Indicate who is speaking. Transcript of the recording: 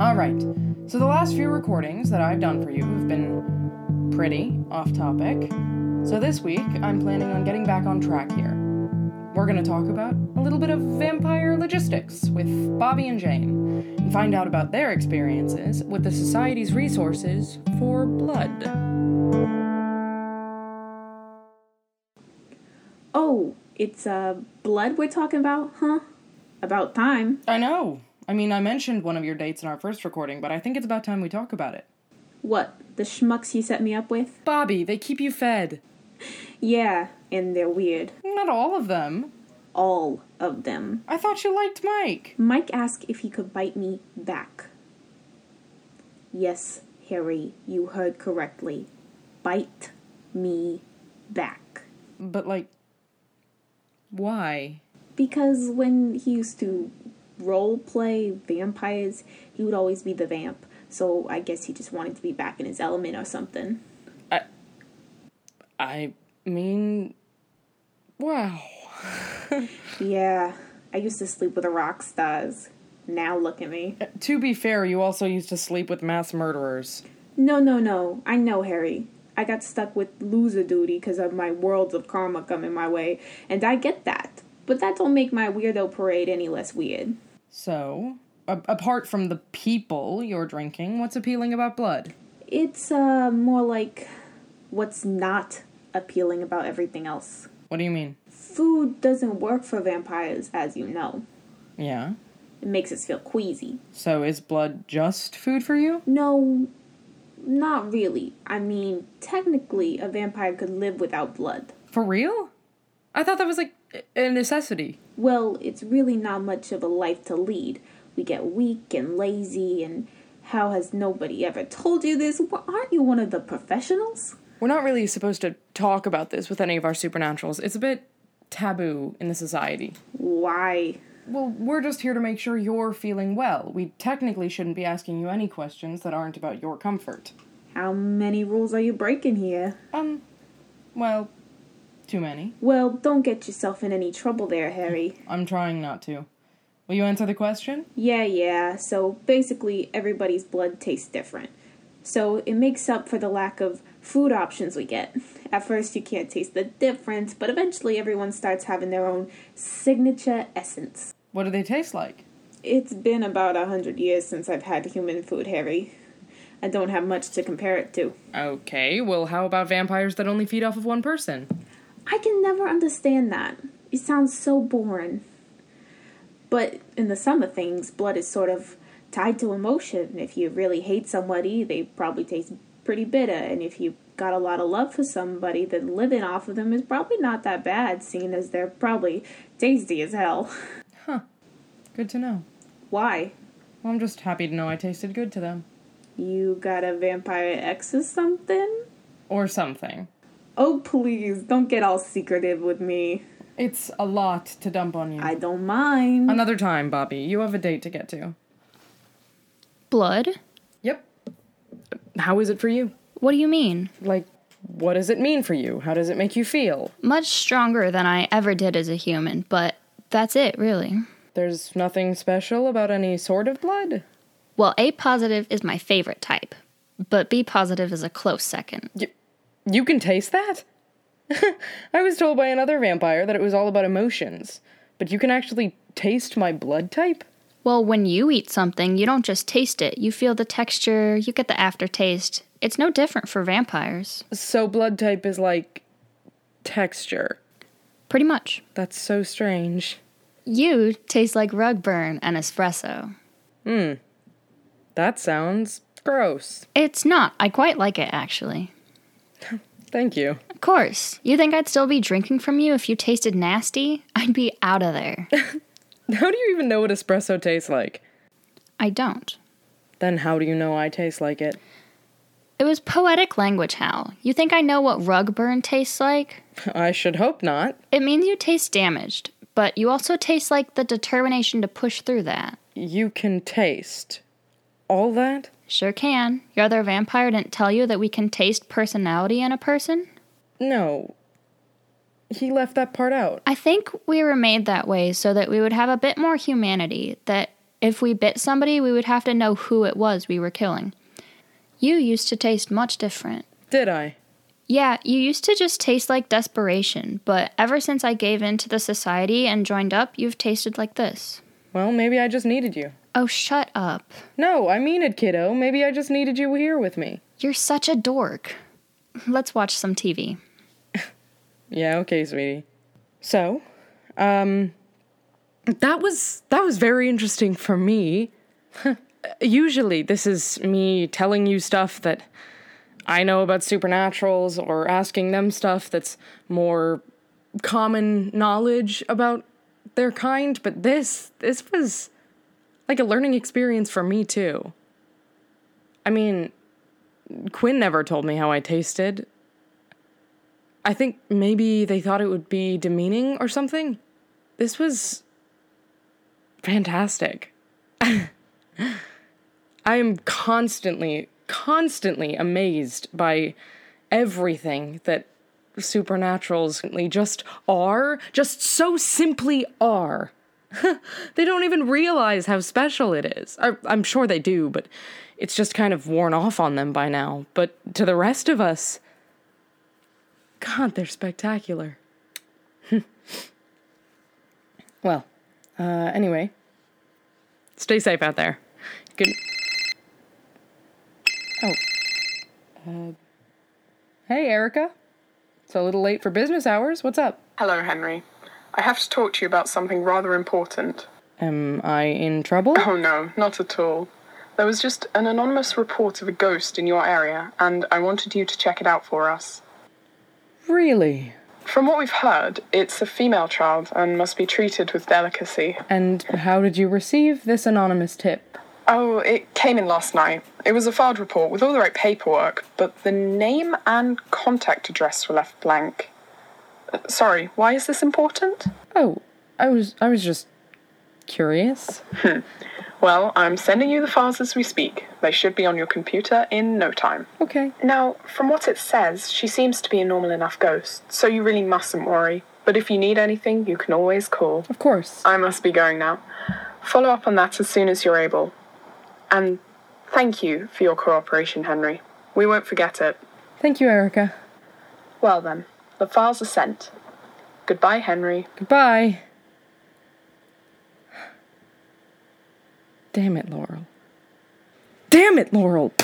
Speaker 1: All right. So the last few recordings that I've done for you have been pretty off topic. So this week, I'm planning on getting back on track here. We're going to talk about a little bit of vampire logistics with Bobby and Jane and find out about their experiences with the Society's resources for blood.
Speaker 2: Oh, it's uh blood we're talking about, huh? About time.
Speaker 1: I know. I mean, I mentioned one of your dates in our first recording, but I think it's about time we talk about it.
Speaker 2: What, the schmucks you set me up with?
Speaker 1: Bobby, they keep you fed.
Speaker 2: Yeah, and they're weird.
Speaker 1: Not all of them.
Speaker 2: All of them.
Speaker 1: I thought you liked Mike.
Speaker 2: Mike asked if he could bite me back. Yes, Harry, you heard correctly. Bite me back.
Speaker 1: But, like, why?
Speaker 2: Because when he used to role play vampires, he would always be the vamp. So I guess he just wanted to be back in his element or something.
Speaker 1: I mean, wow.
Speaker 2: Yeah, I used to sleep with the rock stars. Now look at me.
Speaker 1: To be fair, you also used to sleep with mass murderers.
Speaker 2: No, no, no. I know, Harry. I got stuck with loser duty because of my worlds of karma coming my way, and I get that. But that don't make my weirdo parade any less weird.
Speaker 1: So, a- apart from the people you're drinking, what's appealing about blood?
Speaker 2: It's uh more like what's not appealing about everything else.
Speaker 1: What do you mean?
Speaker 2: Food doesn't work for vampires, as you know.
Speaker 1: Yeah.
Speaker 2: It makes us feel queasy.
Speaker 1: So, is blood just food for you?
Speaker 2: No, not really. I mean, technically, a vampire could live without blood.
Speaker 1: For real? I thought that was like a necessity.
Speaker 2: Well, it's really not much of a life to lead. We get weak and lazy, and how has nobody ever told you this? Wh- Aren't you one of the professionals?
Speaker 1: We're not really supposed to talk about this with any of our supernaturals. It's a bit taboo in the society.
Speaker 2: Why?
Speaker 1: Well, we're just here to make sure you're feeling well. We technically shouldn't be asking you any questions that aren't about your comfort.
Speaker 2: How many rules are you breaking here?
Speaker 1: Um, well, too many.
Speaker 2: Well, don't get yourself in any trouble there, Harry.
Speaker 1: I'm trying not to. Will you answer the question?
Speaker 2: Yeah, yeah. So basically, everybody's blood tastes different. So it makes up for the lack of food options we get. At first, you can't taste the difference, but eventually, everyone starts having their own signature essence.
Speaker 1: What do they taste like?
Speaker 2: It's been about a hundred years since I've had human food, Harry. I don't have much to compare it to.
Speaker 1: Okay, well, how about vampires that only feed off of one person?
Speaker 2: I can never understand that. It sounds so boring. But in the sum of things, blood is sort of tied to emotion. If you really hate somebody, they probably taste pretty bitter. And if you got a lot of love for somebody, then living off of them is probably not that bad, seeing as they're probably tasty as hell.
Speaker 1: Good to know.
Speaker 2: Why?
Speaker 1: Well, I'm just happy to know I tasted good to them.
Speaker 2: You got a vampire ex or something?
Speaker 1: Or something.
Speaker 2: Oh, please, don't get all secretive with me.
Speaker 1: It's a lot to dump on you.
Speaker 2: I don't mind.
Speaker 1: Another time, Bobby. You have a date to get to.
Speaker 3: Blood?
Speaker 1: Yep. How is it for you?
Speaker 3: What do you mean?
Speaker 1: Like, what does it mean for you? How does it make you feel?
Speaker 3: Much stronger than I ever did as a human, but that's it, really.
Speaker 1: There's nothing special about any sort of blood?
Speaker 3: Well, A positive is my favorite type, but B positive is a close second.
Speaker 1: You can taste that? I was told by another vampire that it was all about emotions, but you can actually taste my blood type?
Speaker 3: Well, when you eat something, you don't just taste it, you feel the texture, you get the aftertaste. It's no different for vampires.
Speaker 1: So, blood type is like texture.
Speaker 3: Pretty much.
Speaker 1: That's so strange.
Speaker 3: You taste like rug burn and espresso.
Speaker 1: That sounds gross.
Speaker 3: It's not. I quite like it, actually.
Speaker 1: Thank you.
Speaker 3: Of course. You think I'd still be drinking from you if you tasted nasty? I'd be out of there.
Speaker 1: How do you even know what espresso tastes like?
Speaker 3: I don't.
Speaker 1: Then, how do you know I taste like it?
Speaker 3: It was poetic language, Hal. You think I know what rug burn tastes like?
Speaker 1: I should hope not.
Speaker 3: It means you taste damaged, but you also taste like the determination to push through that.
Speaker 1: You can taste all that?
Speaker 3: Sure can. Your other vampire didn't tell you that we can taste personality in a person?
Speaker 1: No. He left that part out.
Speaker 3: I think we were made that way so that we would have a bit more humanity, that If we bit somebody, we would have to know who it was we were killing. You used to taste much different.
Speaker 1: Did I?
Speaker 3: Yeah, you used to just taste like desperation, but ever since I gave in to the society and joined up, you've tasted like this.
Speaker 1: Well, maybe I just needed you.
Speaker 3: Oh, shut up.
Speaker 1: No, I mean it, kiddo. Maybe I just needed you here with me.
Speaker 3: You're such a dork. Let's watch some TV.
Speaker 1: Yeah, okay, sweetie. So, um that was that was very interesting for me. Usually this is me telling you stuff that I know about supernaturals or asking them stuff that's more common knowledge about their kind, but this this was like a learning experience for me too. I mean, Quinn never told me how I tasted. I think maybe they thought it would be demeaning or something. This was fantastic. I am constantly, constantly amazed by everything that supernaturals just are, just so simply are. they don't even realize how special it is. I, I'm sure they do, but it's just kind of worn off on them by now. But to the rest of us, God, they're spectacular. well, uh, anyway, stay safe out there. Good. Oh. Uh, Oh, hey, Erica. It's a little late for business hours. What's up?
Speaker 4: Hello, Henry. I have to talk to you about something rather important.
Speaker 1: Am I in trouble?
Speaker 4: Oh no, not at all. There was just an anonymous report of a ghost in your area, and I wanted you to check it out for us.
Speaker 1: Really?
Speaker 4: From what we've heard, it's a female child and must be treated with delicacy.
Speaker 1: And how did you receive this anonymous tip?
Speaker 4: Oh, it came in last night. It was a filed report with all the right paperwork, but the name and contact address were left blank. Uh, Sorry, why is this important?
Speaker 1: Oh, I was I was just curious.
Speaker 4: Well, I'm sending you the files as we speak. They should be on your computer in no time.
Speaker 1: Okay.
Speaker 4: Now, from what it says, she seems to be a normal enough ghost, so you really mustn't worry. But if you need anything, you can always call.
Speaker 1: Of course.
Speaker 4: I must be going now. Follow up on that as soon as you're able. And thank you for your cooperation, Henry. We won't forget it.
Speaker 1: Thank you, Erica.
Speaker 4: Well then, the files are sent. Goodbye, Henry.
Speaker 1: Goodbye. Damn it, Laurel. Damn it, Laurel.